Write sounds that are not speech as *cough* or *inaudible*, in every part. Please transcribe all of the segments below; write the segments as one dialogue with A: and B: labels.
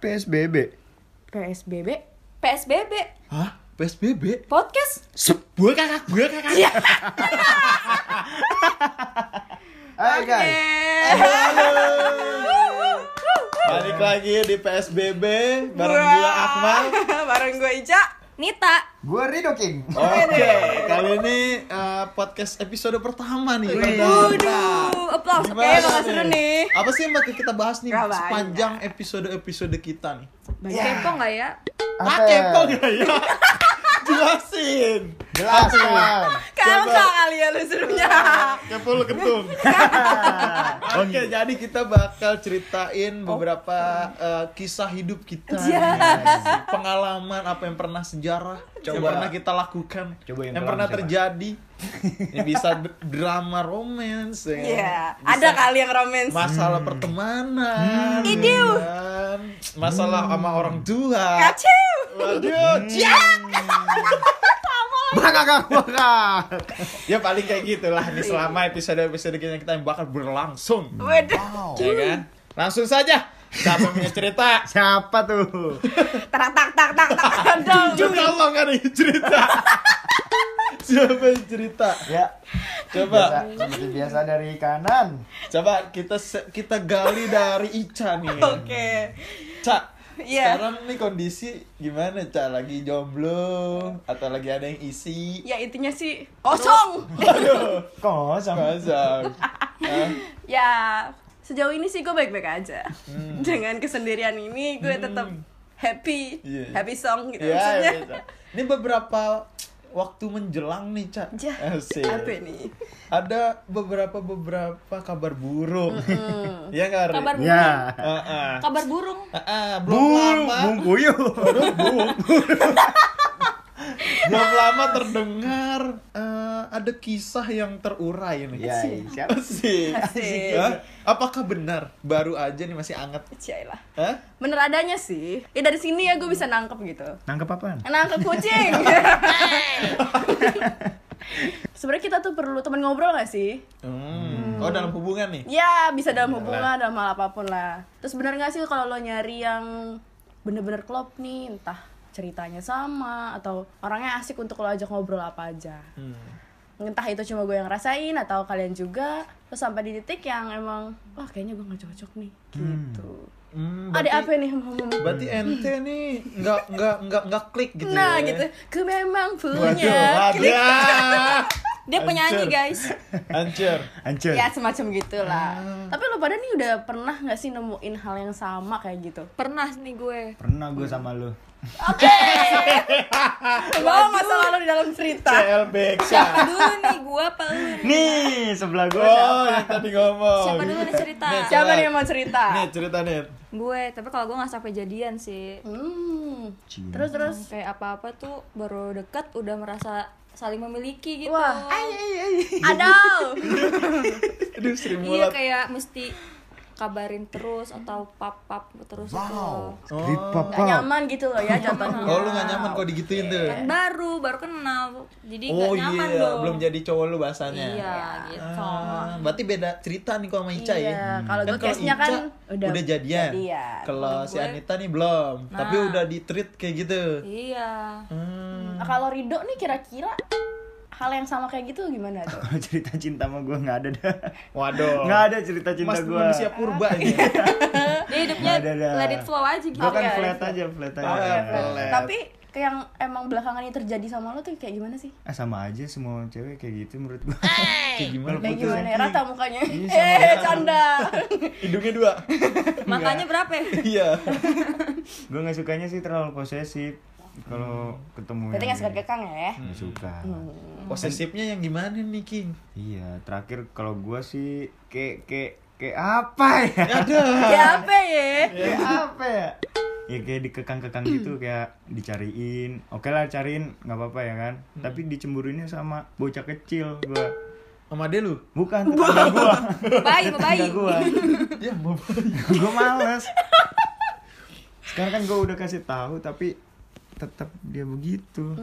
A: PSBB.
B: PSBB PSBB
A: Hah? PSBB?
B: podcast
A: Sebuah kakak gue kakak.
C: *laughs*
A: Iya. Hai guys. Balik lagi di PSBB bareng gue Akmal.
B: bareng gue Ica Nita
C: Gue Rido King.
A: Oke, kali ini eh, podcast episode pertama nih.
B: Waduh applause oke
A: Gimana
B: bakal seru nih
A: Apa sih yang bakal kita bahas nih
B: Gak banyak.
A: sepanjang episode-episode kita nih?
B: Banyak
A: Iya.
B: kepo nggak ya
C: Apa
A: Pakai
C: ya?
A: kok gak ya? *laughs* Jelasin.
C: Jelas kan.
B: kalau
A: Coba.
B: kali ya lu serunya
A: Kepo lu ketum. Oke, jadi kita bakal ceritain beberapa eh, kisah hidup kita.
B: Oh. Iya.
A: guys. Pengalaman apa yang pernah sejarah, yang
C: Coba.
A: pernah kita lakukan,
C: Coba yang kelam
A: pernah
C: siapa?
A: terjadi. Ini *laughs* bisa d- drama romance ya.
B: Iya,
A: Bisa
B: ada kali yang romance
A: masalah pertemanan. ya
B: Hmm. Idiu. Hmm.
A: kan? Masalah sama orang tua.
B: kacau Hmm.
A: Waduh, ya. ciak.
C: Bakak bakak.
A: Ya paling kayak gitulah nih selama episode-episode kita kita yang bakal berlangsung.
B: waduh
A: ya kan? Langsung saja. Siapa yang punya cerita?
C: Siapa tuh?
B: tak tak tak tak tak dong
A: Coba tolong ada yang cerita. Siapa yang cerita?
C: Ya.
A: Coba,
C: Biasa, seperti biasa dari kanan.
A: coba kita se- kita gali dari Ica nih.
B: oke
A: Cak,
B: Iya.
A: sekarang nih kondisi gimana Cak? Lagi jomblo atau lagi ada yang isi?
B: ya intinya sih kosong
A: Aduh,
C: Kosong.
A: kosong. Hah?
B: *laughs* ya sejauh ini sih gue baik-baik aja
A: Hmm.
B: dengan kesendirian ini gue tetap happy
A: Iya.
B: happy song gitu
A: Iya,
B: maksudnya
A: iya, Cak. ini beberapa waktu menjelang nih, Cak.
B: Ja,
A: Asik.
B: Iya. apa ini
A: Ada beberapa beberapa kabar burung. *laughs* Iya nggak, Ri?
D: Kabar burung.
C: Ya.
A: Heeh.
D: Kabar burung.
A: Heeh, belum
C: Bung,
A: lama.
C: bung kuyu.
A: Belum lama terdengar eh, ada kisah yang terurai nih.
C: Ya, siapa?
A: Asik.
B: Asik.
A: Hah? Apakah benar? Baru aja nih masih anget.
B: Ciai lah
A: Hah?
B: bener adanya sih ya dari sini ya gue bisa nangkep gitu
C: Nangkep apaan?
B: nangkep kucing sebenarnya kita tuh perlu teman ngobrol gak sih
A: Hmm. Oh, dalam hubungan nih.
B: ya bisa dalam hubungan dalam hal apapun lah terus bener gak sih kalau lo nyari yang bener-bener klop nih entah ceritanya sama atau orangnya asik untuk lo ajak ngobrol apa aja
A: Hmm.
B: entah itu cuma gue yang rasain atau kalian juga terus sampai di titik yang emang wah kayaknya gue nggak cocok nih gitu
A: Hmm,
B: ada
A: berarti-
B: apa nih ngomong
A: Berarti ente nih nggak nggak nggak nggak klik gitu.
B: nah
A: ya?
B: gitu Iya, gue memang
A: Waduh,
B: punya
A: waduh. ah.
D: Dia penyanyi,
A: Hancur.
D: guys.
A: Hancur.
C: Hancur.
B: ya semacam gitulah
A: Ah.
B: tapi lo pada nih udah pernah nggak sih nemuin hal yang sama kayak gitu
D: Pernah nih
A: *laughs*
D: gue.
C: Pernah gue sama lu.
B: mau nggak selalu di dalam cerita
A: CLBK.
D: Siapa dulu nih gue apa lu?
C: Nih, sebelah gue.
A: Oh, yang tadi ngomong.
D: Siapa dulu nih cerita?
A: Nih,
B: siapa nih yang mau cerita
A: Nih, cerita nih.
D: Gue, tapi kalau gue nggak sampai jadian sih.
B: hmm. terus
A: *laughs*
B: terus
D: Kayak apa-apa tuh baru deket udah merasa saling memiliki gitu.
B: wah aduh
A: Aduh, Sri
D: Iya
A: Mulat.
D: kayak mesti kabarin terus atau pap-pap terus gitu.
C: Wow.
D: itu.
C: Skrip
B: gak
C: papa.
B: nyaman gitu loh ya
A: Oh,
B: contohnya
A: lu gak nyaman kok digituin tuh.
B: Iya,
D: Kan baru, baru kenal. Jadi
A: Oh
D: nggak nyaman
A: iya,
D: dong.
A: belum jadi cowok lu bahasanya.
D: Iya, gitu.
A: Ah, berarti beda cerita nih kalau sama Ica ya.
B: Iya, kalau gue case-nya
A: Ica
B: kan
A: udah,
B: udah
A: jadian.
B: jadian.
A: Kalau
D: Kalau
A: si
D: gue-
A: Anita nih belum, tapi udah di treat kayak gitu.
D: Iya.
A: Hmm.
B: Nah, kalau Rido nih kira-kira hal yang sama kayak gitu gimana tuh?
C: Kalau *laughs* cerita cinta sama gue nggak ada dah.
A: Waduh.
C: Nggak ada cerita cinta
A: Mas
C: gue.
A: manusia purba ini.
D: Dia hidupnya
C: Ada, ada.
D: let it flow aja gitu.
C: Gue kan
B: Oke,
C: flat aja, flat Eh, aja.
A: Pelet.
B: Tapi kayak yang emang belakangan ini terjadi sama lo tuh kayak gimana sih?
C: Ah, sama aja semua cewek kayak gitu menurut *laughs* gue.
A: Kayak gimana?
B: Kayak
A: putus?
B: gimana ya? Rata mukanya.
C: Iya, sama
B: eh,
A: *laughs*
B: canda.
A: Hidungnya dua.
D: Makanya berapa
A: *laughs*
D: ya?
A: Iya.
B: *laughs*
C: gue nggak sukanya sih terlalu posesif kalau ketemu
B: Berarti
C: yang
B: nggak suka Hmm. kekang ya?
C: nggak suka
A: Posesifnya yang gimana nih, King?
C: iya terakhir kalau gue sih kayak kayak kayak apa ya
A: *laughs* Ada.
B: Ya apa ya?
C: *laughs* kayak apa ya ya kayak dikekang-kekang gitu
B: Hmm.
C: kayak dicariin oke lah cariin nggak apa-apa ya kan tapi dicemburuinnya sama bocah kecil gue
A: Sama dia lu?
C: bukan tetangga gue
D: Bayi, bayi.
C: tetangga
B: *laughs*
C: gue
A: Ya, mau
C: gue males sekarang kan gue udah kasih tahu tapi tetap dia begitu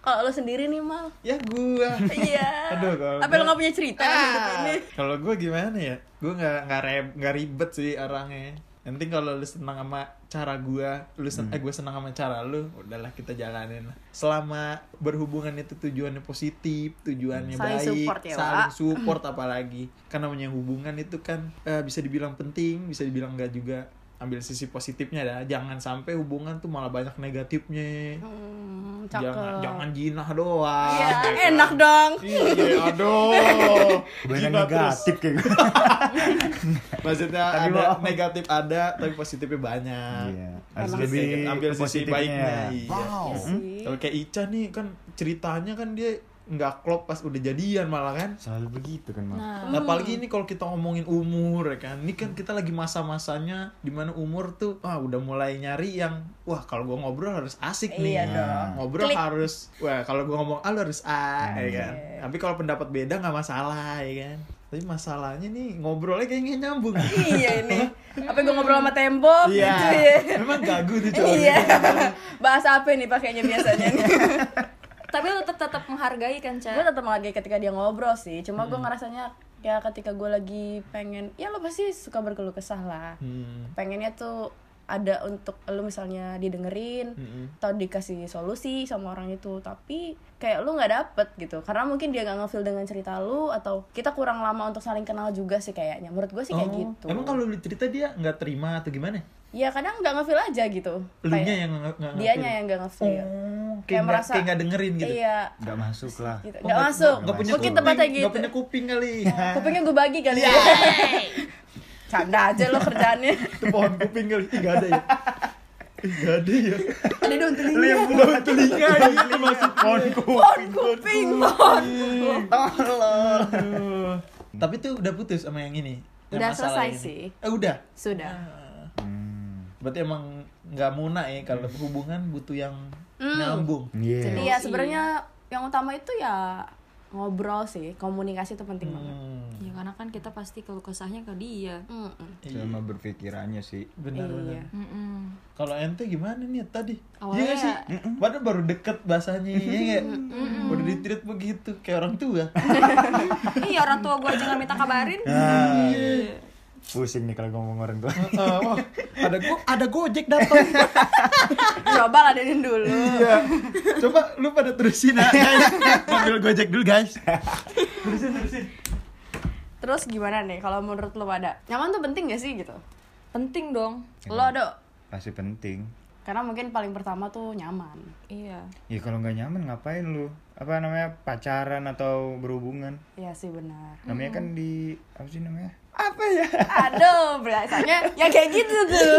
B: Kalau lo sendiri nih mal?
A: Ah. Ya gua.
B: Hmm.
A: *laughs*
B: Iya.
A: Aduh, kalau
B: Apa lo
A: gue-
B: nggak punya cerita
A: Ah.
B: hidup ini?
A: Kalau gue gimana ya? Gue nggak nggak re- nggak ribet sih orangnya. Yang penting kalau lu senang sama cara gua lu sen- eh gua senang sama cara lu udahlah kita jalanin lah selama berhubungan itu tujuannya positif tujuannya
B: Saling
A: baik
B: support ya,
A: saling
B: Wak.
A: support apalagi karena namanya hubungan itu kan eh, bisa dibilang penting bisa dibilang enggak juga ambil sisi positifnya dah jangan sampai hubungan tuh malah banyak negatifnya
B: Hmm, cakep.
A: jangan jangan jinah doang
B: Iya,
A: ya kan?
B: enak dong.
A: iya aduh
C: *laughs* Kebanyakan
A: Jinah terus.
C: negatif kayak gitu. gue.
A: Maksudnya
C: Tapi
A: ada
C: bohong.
A: negatif ada, tapi positifnya banyak.
C: Iya, harus
A: Harus
C: lebih
A: Nah, kan ambil
C: ke
A: sisi
C: positifnya. ya. Hmm?
A: baiknya. Iya.
B: Iya sih.
A: Kalau kayak Ica nih kan ceritanya kan dia nggak klop pas udah jadian malah kan.
C: Selalu begitu kan, Mas.
D: Nah,
A: Nah, apalagi ini kalau kita ngomongin umur ya kan. Ini kan kita lagi masa-masanya dimana umur tuh ah udah mulai nyari yang wah kalau gua ngobrol harus asik nih. Nah,
B: Iya dong.
A: Ngobrol
B: Klik.
A: harus wah kalau gua ngomong A lu harus A ya kan.
B: Iya.
A: Tapi kalau pendapat beda nggak masalah ya kan. Tapi masalahnya nih ngobrolnya kayaknya nggak
B: *laughs*
A: nyambung.
B: iya ini. Apa gue ngobrol sama tembok
A: Iya.
B: gitu ya?
A: Memang gagu tuh cowok.
B: Iya. Bahasa apa nih pakainya biasanya nih? *laughs*
D: tapi lu tetap tetap menghargai kan,
B: gue
D: Cak?
B: tetap menghargai ketika dia ngobrol sih. Cuma
A: Hmm.
B: gue ngerasanya ya ketika gue lagi pengen, ya lo pasti suka berkeluh kesah lah.
A: Hmm.
B: Pengennya tuh ada untuk lo misalnya didengerin
A: Mm-mm.
B: atau dikasih solusi sama orang itu tapi kayak lu nggak dapet gitu karena mungkin dia nggak ngefeel dengan cerita lu atau kita kurang lama untuk saling kenal juga sih kayaknya menurut gue sih kayak
A: Oh,
B: gitu
A: Emang kalau lu cerita dia nggak terima atau gimana?
B: ya kadang nggak ngefeel aja gitu
A: Elunya
B: Kayak-
A: yang nggak nggak
B: dianya
A: ngerti.
B: yang nggak ngefeel
A: Oh, kayak,
B: Kayak
A: nggak-
B: merasa-
A: kayak nggak dengerin gitu.
B: iya
C: Enggak masuk lah.
B: gitu.
A: Oh,
B: nggak masuk
A: nggak punya
B: mungkin
A: kuping,
B: tempatnya
A: nggak
B: gitu
A: punya kuping kali. *laughs*
B: kupingnya gue bagi kali ya *laughs* canda aja lo kerjaannya
A: Itu pohon kuping kali. Ih, nggak ada ya. Ih, nggak ada ya.
B: ada dong telinga
A: Lu yang buka telinga ini masuk pohon
B: pohon kuping pohon
A: Aduh. Tapi tuh udah putus sama yang ini. yang
B: Udah selesai
A: masalah ini.
B: sih.
A: Eh, udah.
B: sudah
A: Berarti emang nggak muna ya kalau hubungan butuh yang
B: Hmm.
A: nyambung.
C: Iya.
B: jadi ya sebenarnya yang utama itu ya ngobrol sih komunikasi itu penting banget
A: Hmm.
D: Ya karena kan kita pasti keluh kesahnya ke dia.
B: Mm-mm.
C: Sama berpikirannya sih.
A: Benar-benar.
B: Iya.
D: Mm-mm.
A: Kalau ente gimana nih tadi?
D: Awalnya
A: Iya nggak sih? Padahal baru deket bahasanya, ya nggak? Udah ditreat begitu, kayak orang tua.
B: *laughs*
D: Iya orang tua gue aja gak minta kabarin.
C: Nah, pusing nih kalau ngomong orang tua.
A: Eh,
B: Oh.
A: wah, *laughs* ada go, ada gojek datang.
B: *laughs* coba ladenin dulu
A: Iya. Coba lu pada terusin ah, guys. Ambil gojek dulu guys.
B: terus gimana nih kalau menurut lo pada nyaman tuh penting gak sih gitu
D: Penting dong.
B: lo ada
C: Pasti penting.
B: karena mungkin paling pertama tuh nyaman
D: Iya.
C: Ya kalau nggak nyaman ngapain lu? Apa namanya pacaran atau berhubungan?
B: Iya sih benar
C: Namanya kan di apa sih namanya?
B: aduh biasanya ya kayak gitu tuh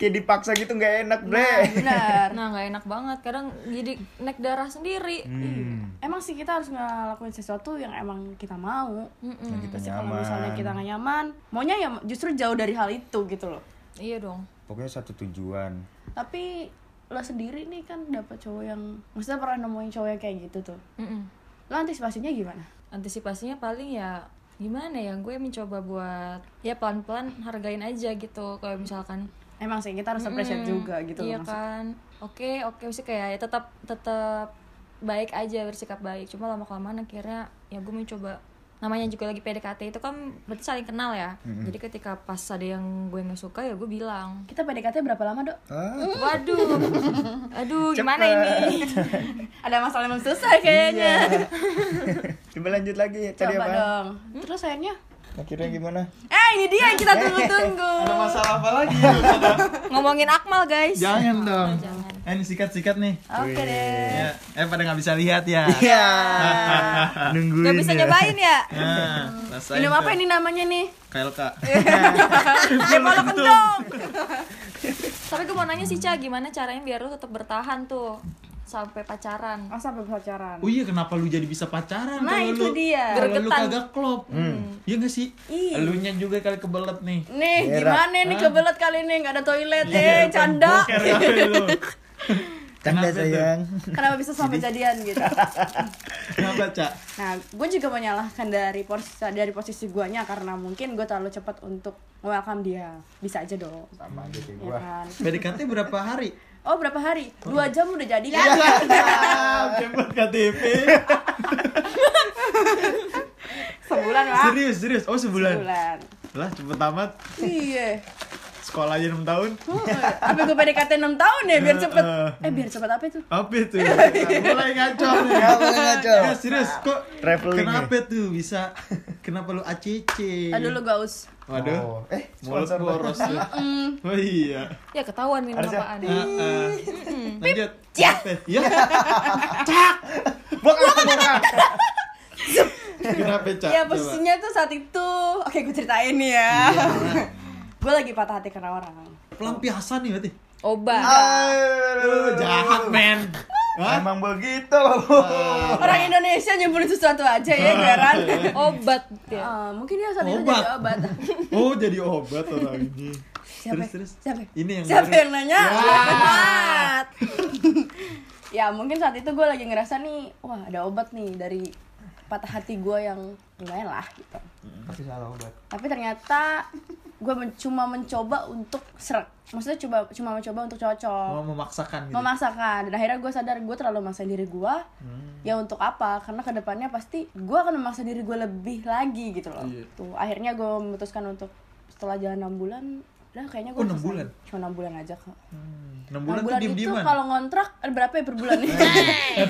C: Kayak dipaksa gitu nggak enak, bre.
B: nah, benar
D: Nah nggak enak banget. Kadang jadi naik darah sendiri.
B: mm,
C: Hmm.
B: emang sih kita harus ngelakuin sesuatu yang emang kita mau
D: Mm-mm.
C: Yang kan kita
B: Pasti kalau misalnya
C: nyaman.
B: kita nggak nyaman maunya ya justru jauh dari hal itu gitu loh
D: Iya dong.
C: Pokoknya satu tujuan.
B: tapi lo sendiri nih kan dapet cowok yang maksudnya pernah nemuin cowok yang kayak gitu tuh
D: Mm-mm.
B: lo antisipasinya gimana
D: Antisipasinya paling ya gimana ya gue mencoba buat ya pelan-pelan hargain aja gitu kalau misalkan
B: emang sih kita harus appreciate
D: Mm-mm.
B: juga gitu
D: iya
B: loh maksudnya.
D: kan oke oke sih kayak ya tetap tetap baik aja bersikap baik cuma lama kelamaan akhirnya ya gue mencoba namanya juga lagi PDKT itu kan berarti saling kenal ya jadi ketika pas ada yang gue nggak suka ya gue bilang
B: kita PDKT berapa lama dok
D: waduh aduh gimana ini
B: *laughs*
D: Gitu,
B: ada masalah yang belum selesai kayaknya
C: Iya. *laughs* Coba lanjut lagi tadi
B: iya. coba
C: apa?
B: dong terus akhirnya
C: Akhirnya gimana?
B: Hmm? eh ini dia yang *laughs* kita tunggu-tunggu
A: Ada masalah apa
B: *laughs*
A: lagi? Ya.
D: ngomongin Akmal guys
A: Jangan dong. Eh, ini sikat-sikat nih.
B: oke deh
A: Ya, eh pada nggak bisa lihat ya. *laughs*
C: Iya. Nungguin.
D: nggak bisa
C: ya.
D: nyobain ya
A: Nah, rasain
B: minum
A: tuh.
B: apa ini Eh. namanya nih
A: KLK.
B: ya malah kendong
D: tapi gue mau nanya sih Ca gimana caranya biar lu tetap bertahan tuh sampai pacaran
B: masa sampai pacaran
A: Oh iya kenapa lu jadi bisa pacaran
B: Nah,
A: kalau
B: itu
A: lu-
B: dia. Hmm.
A: Kalau lu
D: Gregetan.
A: kagak klop. Iya nggak sih?
B: Iya.
A: Elunya juga kali kebelet nih.
B: nih
C: Berak.
B: gimana nih kebelet kali ini nggak ada toilet eh canda
A: Iya, Boker ya
B: *laughs*
A: lu.
C: Canda
A: Kenapa tuh?
C: sayang.
B: kenapa bisa sampai jadian gitu
A: *laughs* Kenapa, Cak?
B: Nah, gue juga menyalahkan dari posisi dari posisi guanya karena mungkin gue terlalu cepat untuk welcome dia. Bisa aja dong.
C: Sama aja kayak
B: Ya kan?
A: PDKT berapa hari?
B: Oh, berapa hari? Dua jam udah jadi kan?
A: Iya. Jemput KTP.
B: Sebulan lah.
A: Serius, serius. Oh sebulan.
B: Sebulan.
A: Lah cepet amat.
B: Iya.
C: sekolah aja 6 tahun
B: Apa gue PDKT 6 tahun ya biar cepet
C: Eh,
B: Eh biar cepet apa itu?
C: apa itu
B: *laughs*
C: mulai ngaco nih
E: Ya, boleh ngaco.
B: Nah,
A: Ya serius kok
C: Traveling ya?
A: kenapa tuh bisa *laughs* kenapa lu ACC?
B: Aduh lu gaus
A: Waduh.
E: Oh, eh,
A: Mulut
E: sponsor
A: boros tuh. Oh iya.
D: Ya ketahuan minum
C: Harusnya-
D: apaan.
A: Ah, ah. Lanjut. Kenapa? Ya.
E: Bukan, bukan.
A: Kenapa Cak?
B: Ya
A: Coba.
B: posisinya tuh saat itu Oke gue ceritain nih ya Gue lagi patah hati karena orang
A: Pelampiasan nih berarti.
D: Obat.
A: Lu jahat men. Hah?
E: Emang begitu loh.
B: Orang Indonesia nyebelin sesuatu aja ya Garan
D: Obat ya.
B: Eh, Mungkin dia saat itu
A: Obat.
B: jadi obat
A: Oh jadi obat orang ini.
B: Siapa?
A: Terus terus.
B: Siapa?
A: Ini yang
B: Siapa
A: baru.
B: yang nanya? Benar. *laughs* ya mungkin saat itu gue lagi ngerasa nih Wah ada obat nih dari patah hati gue yang lumayan lah gitu
E: Tapi salah obat.
B: tapi ternyata gue men- cuma mencoba untuk serak maksudnya coba cuma mencoba untuk
A: mau
B: cocok
A: memaksakan gitu.
B: memaksakan dan akhirnya gue sadar gue terlalu memaksa diri gue
A: Hmm.
B: ya untuk apa karena kedepannya pasti gue akan memaksa diri gue lebih lagi gitu loh
A: Iya.
B: tuh akhirnya gue memutuskan untuk setelah jalan 6 bulan udah kayaknya gue
A: Oh, enam bulan?
B: cuma 6 bulan aja kok
A: 6
B: enam
A: bulan,
B: bulan
A: tuh diem
B: itu
A: dieman.
B: kalau ngontrak eh, berapa ya per bulan
A: *laughs*
B: nih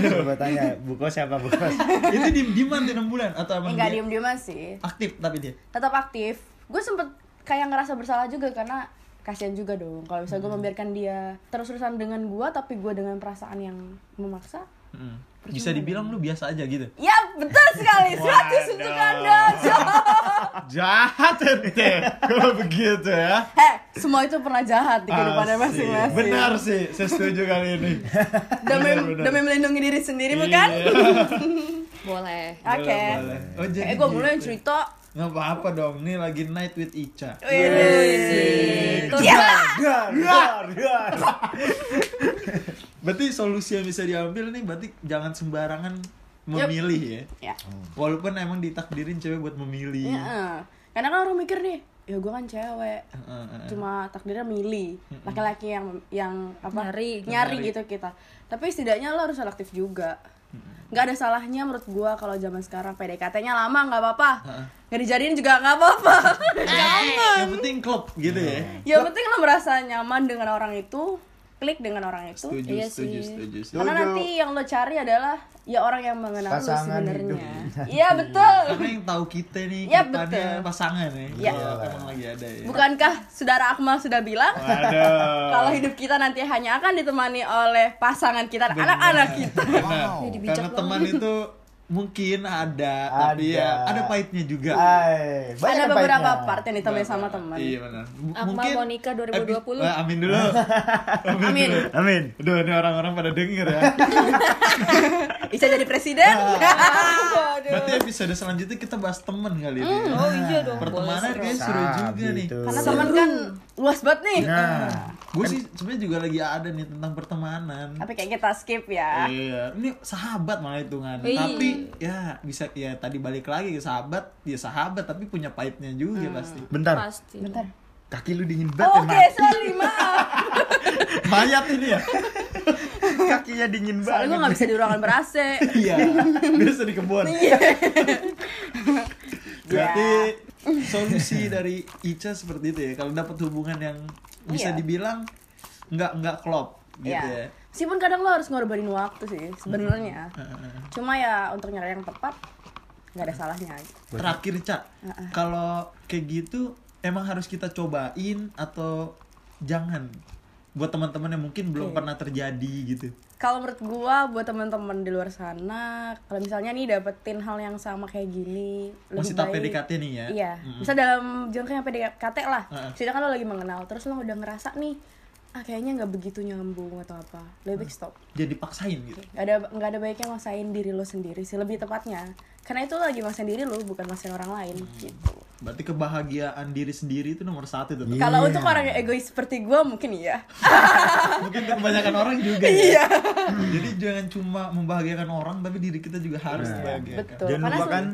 C: coba tanya bukos siapa bukos
A: itu diem dieman tuh 6 bulan atau emang
B: enggak
A: dia
B: diem dieman sih
A: aktif tapi dia.
B: tetap aktif gue sempet kayak ngerasa bersalah juga karena kasihan juga dong kalau misalnya
A: Hmm.
B: gue membiarkan dia terus-terusan dengan gue tapi gue dengan perasaan yang memaksa
A: Mm. Bisa dibilang lu biasa aja gitu.
B: ya betul
A: *laughs*
B: sekali 100 untuk anda *laughs*
A: Jahat ente kalau begitu ya.
B: heh Eh, semua itu pernah jahat di kehidupannya
A: Asik.
B: masing-masing
A: Benar sih, saya setuju kali ini.
B: demi
A: benar. Iya.
B: demi melindungi diri sendiri bukan
D: Boleh.
B: kan? oke
A: Oh,
B: eh
A: jadi
B: gue mulai
A: gitu.
B: cerita
A: Nggak apa-apa dong, ini lagi night with Ica. Iya,
D: Itu
C: dar
B: Iya.
C: dar dar
A: iya. Berarti solusi yang bisa diambil nih, berarti jangan sembarangan memilih ya.
B: ya
A: Walaupun emang ditakdirin cewek buat memilih.
B: Heeh. karena kan orang mikir nih ya gue kan cewek
A: Heeh, heeh.
B: cuma takdirnya milih laki-laki yang yang apa
D: Nyari.
B: gitu kita tapi setidaknya lo harus selektif juga nggak ada salahnya menurut gua kalau zaman sekarang PDKT-nya lama nggak apa-apa nggak dijadiin juga nggak apa-apa *laughs*
A: Yang penting klop gitu ya.
B: yang penting lo merasa nyaman dengan orang itu klik dengan orang itu
A: Setuju,
D: Iya
A: setuju,
D: sih.
A: setuju, setuju.
B: karena
E: Setuju.
B: nanti yang lo cari adalah ya orang yang mengenal lo
E: Pasangan
B: sebenarnya
E: hidup.
B: iya betul
A: Karena yang tahu kita nih,
B: Ya,
A: kita
B: betul.
A: pasangan ya.
B: Ya.
A: Kalau Emang lagi ada ya.
B: bukankah saudara Akmal sudah bilang kalau hidup kita nanti hanya akan ditemani oleh pasangan kita dan anak-anak kita
A: Karena,
D: Jadi bijak
A: karena teman itu mungkin ada, tapi
E: Ada.
A: ya ada pahitnya juga.
E: Ay,
B: ada
E: banyak
B: beberapa
E: pahitnya.
B: part yang ditemani sama teman
A: Iya benar. M-
D: Akmal Monica 2020.
A: abis- eh, amin dulu.
B: amin
C: amin
A: Aduh, ini orang-orang pada denger ya.
B: bisa jadi presiden
E: Ah,
B: Iya.
A: Berarti episode selanjutnya kita bahas temen kali ini. ya.
D: Oh iya dong.
A: Pertemanan
D: boleh,
A: kayaknya
D: seru.
A: seru
C: Nah,
A: juga nih.
C: gitu.
B: *laughs* karena teman kan luas banget nih
E: Iya.
C: nah
A: Gue sih sebenarnya juga lagi ada nih tentang pertemanan.
B: tapi kayak kita skip ya
A: Iya, ini sahabat malah hitungan.
D: Iya.
A: Tapi ya bisa ya tadi balik lagi ke sahabat, ya sahabat tapi punya pahitnya juga pasti.
C: bentar
D: Pasti.
E: Iya.
B: bentar Oh,
C: kaki lu dingin banget
B: oke
C: Mak.
B: sorry maaf
A: Mayat ini ya.
C: kakinya dingin
B: soalnya gue
C: *laughs*
B: nggak
C: banget
B: bisa Iya. di ruangan ber
E: *laughs*
B: AC
A: Iya, biasa di kebun. Berarti
B: Iya.
A: solusi dari Ica seperti itu ya. Kalau dapat hubungan yang bisa
B: Iya.
A: dibilang nggak nggak klop gitu ya.
B: ya meskipun kadang lo harus ngorbanin waktu sih sebenarnya cuma ya untuk nyari yang tepat nggak ada salahnya
A: Terakhir Cak, kalau kayak gitu emang harus kita cobain atau jangan buat teman-teman yang mungkin belum pernah terjadi gitu.
B: kalau menurut gua buat teman-teman di luar sana kalau misalnya nih dapetin hal yang sama kayak gini lebih
A: Masih tak
B: baik-
A: PDKT nih ya.
B: Iya,
A: Mm-mm.
B: bisa dalam jangka yang PDKT lah.
A: Heeh.
B: Setidaknya kan lo lagi mengenal, terus lo udah ngerasa nih, ah kayaknya nggak begitu nyambung atau apa. Lebih baik stop.
A: Jadi paksain gitu.
B: Gak ada nggak ada baiknya maksain diri lo sendiri sih, lebih tepatnya. Karena itu lo lagi maksain diri lo, bukan maksain orang lain
A: Hmm.
B: gitu.
A: Berarti kebahagiaan diri sendiri itu nomor satu tetap.
B: Kalau untuk orang yang egois seperti gua mungkin iya.
A: Mungkin untuk kebanyakan orang juga. Iya. Jadi jangan cuma membahagiakan orang tapi diri kita juga harus
C: Iya.
A: dibahagiakan.
B: Betul.
C: jangan
B: Karena
C: lupakan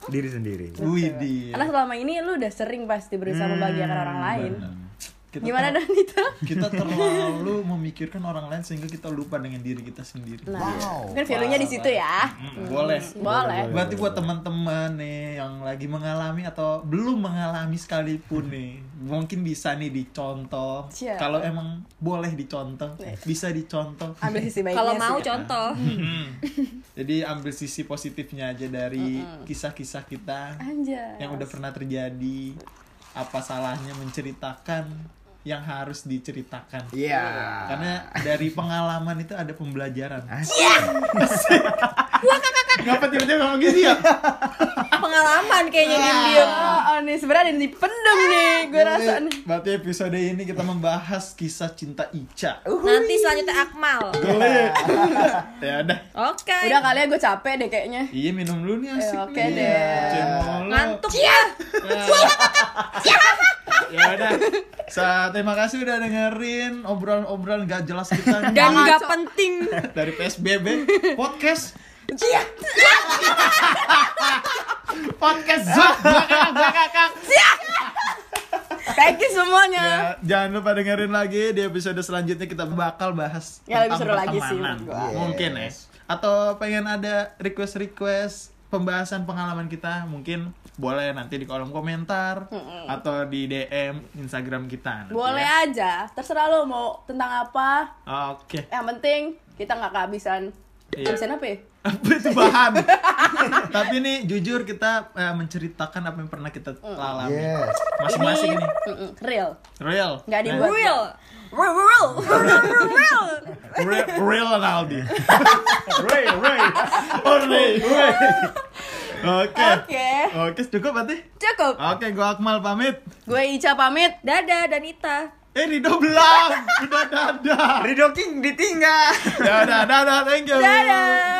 B: se-
C: diri sendiri
A: Widih. Iya.
B: Karena selama ini lo udah sering pasti berusaha membahagiakan orang lain.
A: Hmm, Kita
B: Gimana
A: ter-
B: dan itu? *laughs*
A: Kita terlalu memikirkan orang lain sehingga kita lupa dengan diri kita sendiri.
B: Nah,
E: Wow.
B: mungkin value-nya di situ ya.
A: Mm, boleh.
B: Boleh.
A: Berarti buat teman-teman nih yang lagi mengalami atau belum mengalami sekalipun nih, mungkin bisa nih dicontoh.
B: Iya.
A: Kalau emang boleh dicontoh, bisa
B: *laughs*
A: dicontoh. Hmm.
B: Ambil sisi baiknya.
D: Kalau
B: sih.
D: mau
B: *laughs*
D: contoh.
A: Jadi ambil sisi positifnya aja dari kisah-kisah kita
B: Anjay.
A: yang udah pernah terjadi. Apa salahnya menceritakan yang harus diceritakan?
E: Iya.
A: Karena dari pengalaman itu ada pembelajaran.
B: *laughs*
C: Ngapa tiba-tiba ngomong gitu ya?
D: Pengalaman kayaknya diam-diam.
B: Oh, nih sebenarnya ada yang dipendem
D: Ah.
B: nih, gue
A: Iya,
B: rasa nih.
A: Berarti episode ini kita membahas kisah cinta Ica.
D: Nah, Nanti selanjutnya Akmal.
A: *laughs* Ya udah.
D: Oke.
B: Udah kali ya gue capek deh kayaknya.
A: Iya minum dulu nih asik
B: Eh,
A: nih.
B: oke deh.
A: Cemol.
D: Ngantuk
B: Iya.
D: ya.
A: Ya udah. Sa- terima kasih udah dengerin obrolan-obrolan gak jelas kita
D: Dan
A: nih.
D: nggak penting.
A: dari PSBB podcast
B: Iya.
A: podcast Zah.
B: Thank you semuanya.
A: Ya, jangan lupa dengerin lagi di episode selanjutnya kita bakal bahas
B: Ya, lebih
A: tentang
B: seru lagi sih
A: pertemanan.
B: menurut gua.
A: Mungkin ya. Atau pengen ada request-request pembahasan pengalaman kita mungkin boleh nanti di kolom komentar atau di DM Instagram kita. nanti
B: Boleh
A: ya.
B: aja, terserah lo mau tentang apa.
A: Oke. *laughs*
B: Yang penting kita nggak kehabisan.
A: Iya.
B: Kehabisan apa ya?
A: Apa itu bahan? Tapi nih jujur kita eh, menceritakan apa yang pernah kita
B: Mm.
A: alami.
E: Yes.
A: Masing-masing nih.
B: Mm-mm, real.
A: Real.
B: Nggak
A: Eh,
B: dibuat.
D: Real. Real. Real. Real.
A: Real, real Ronaldo. Ray, Ray. Only Ray. Oke.
B: Oke,
A: Oke, cukup berarti.
B: cukup.
A: Oke, gua Akmal pamit.
B: Gue Ica pamit.
D: Dadah Danita.
A: Eh, Rido belum. Udah dadah.
E: Rido King ditinggal.
A: Dadah, dadah. Thank you.
B: Dadah.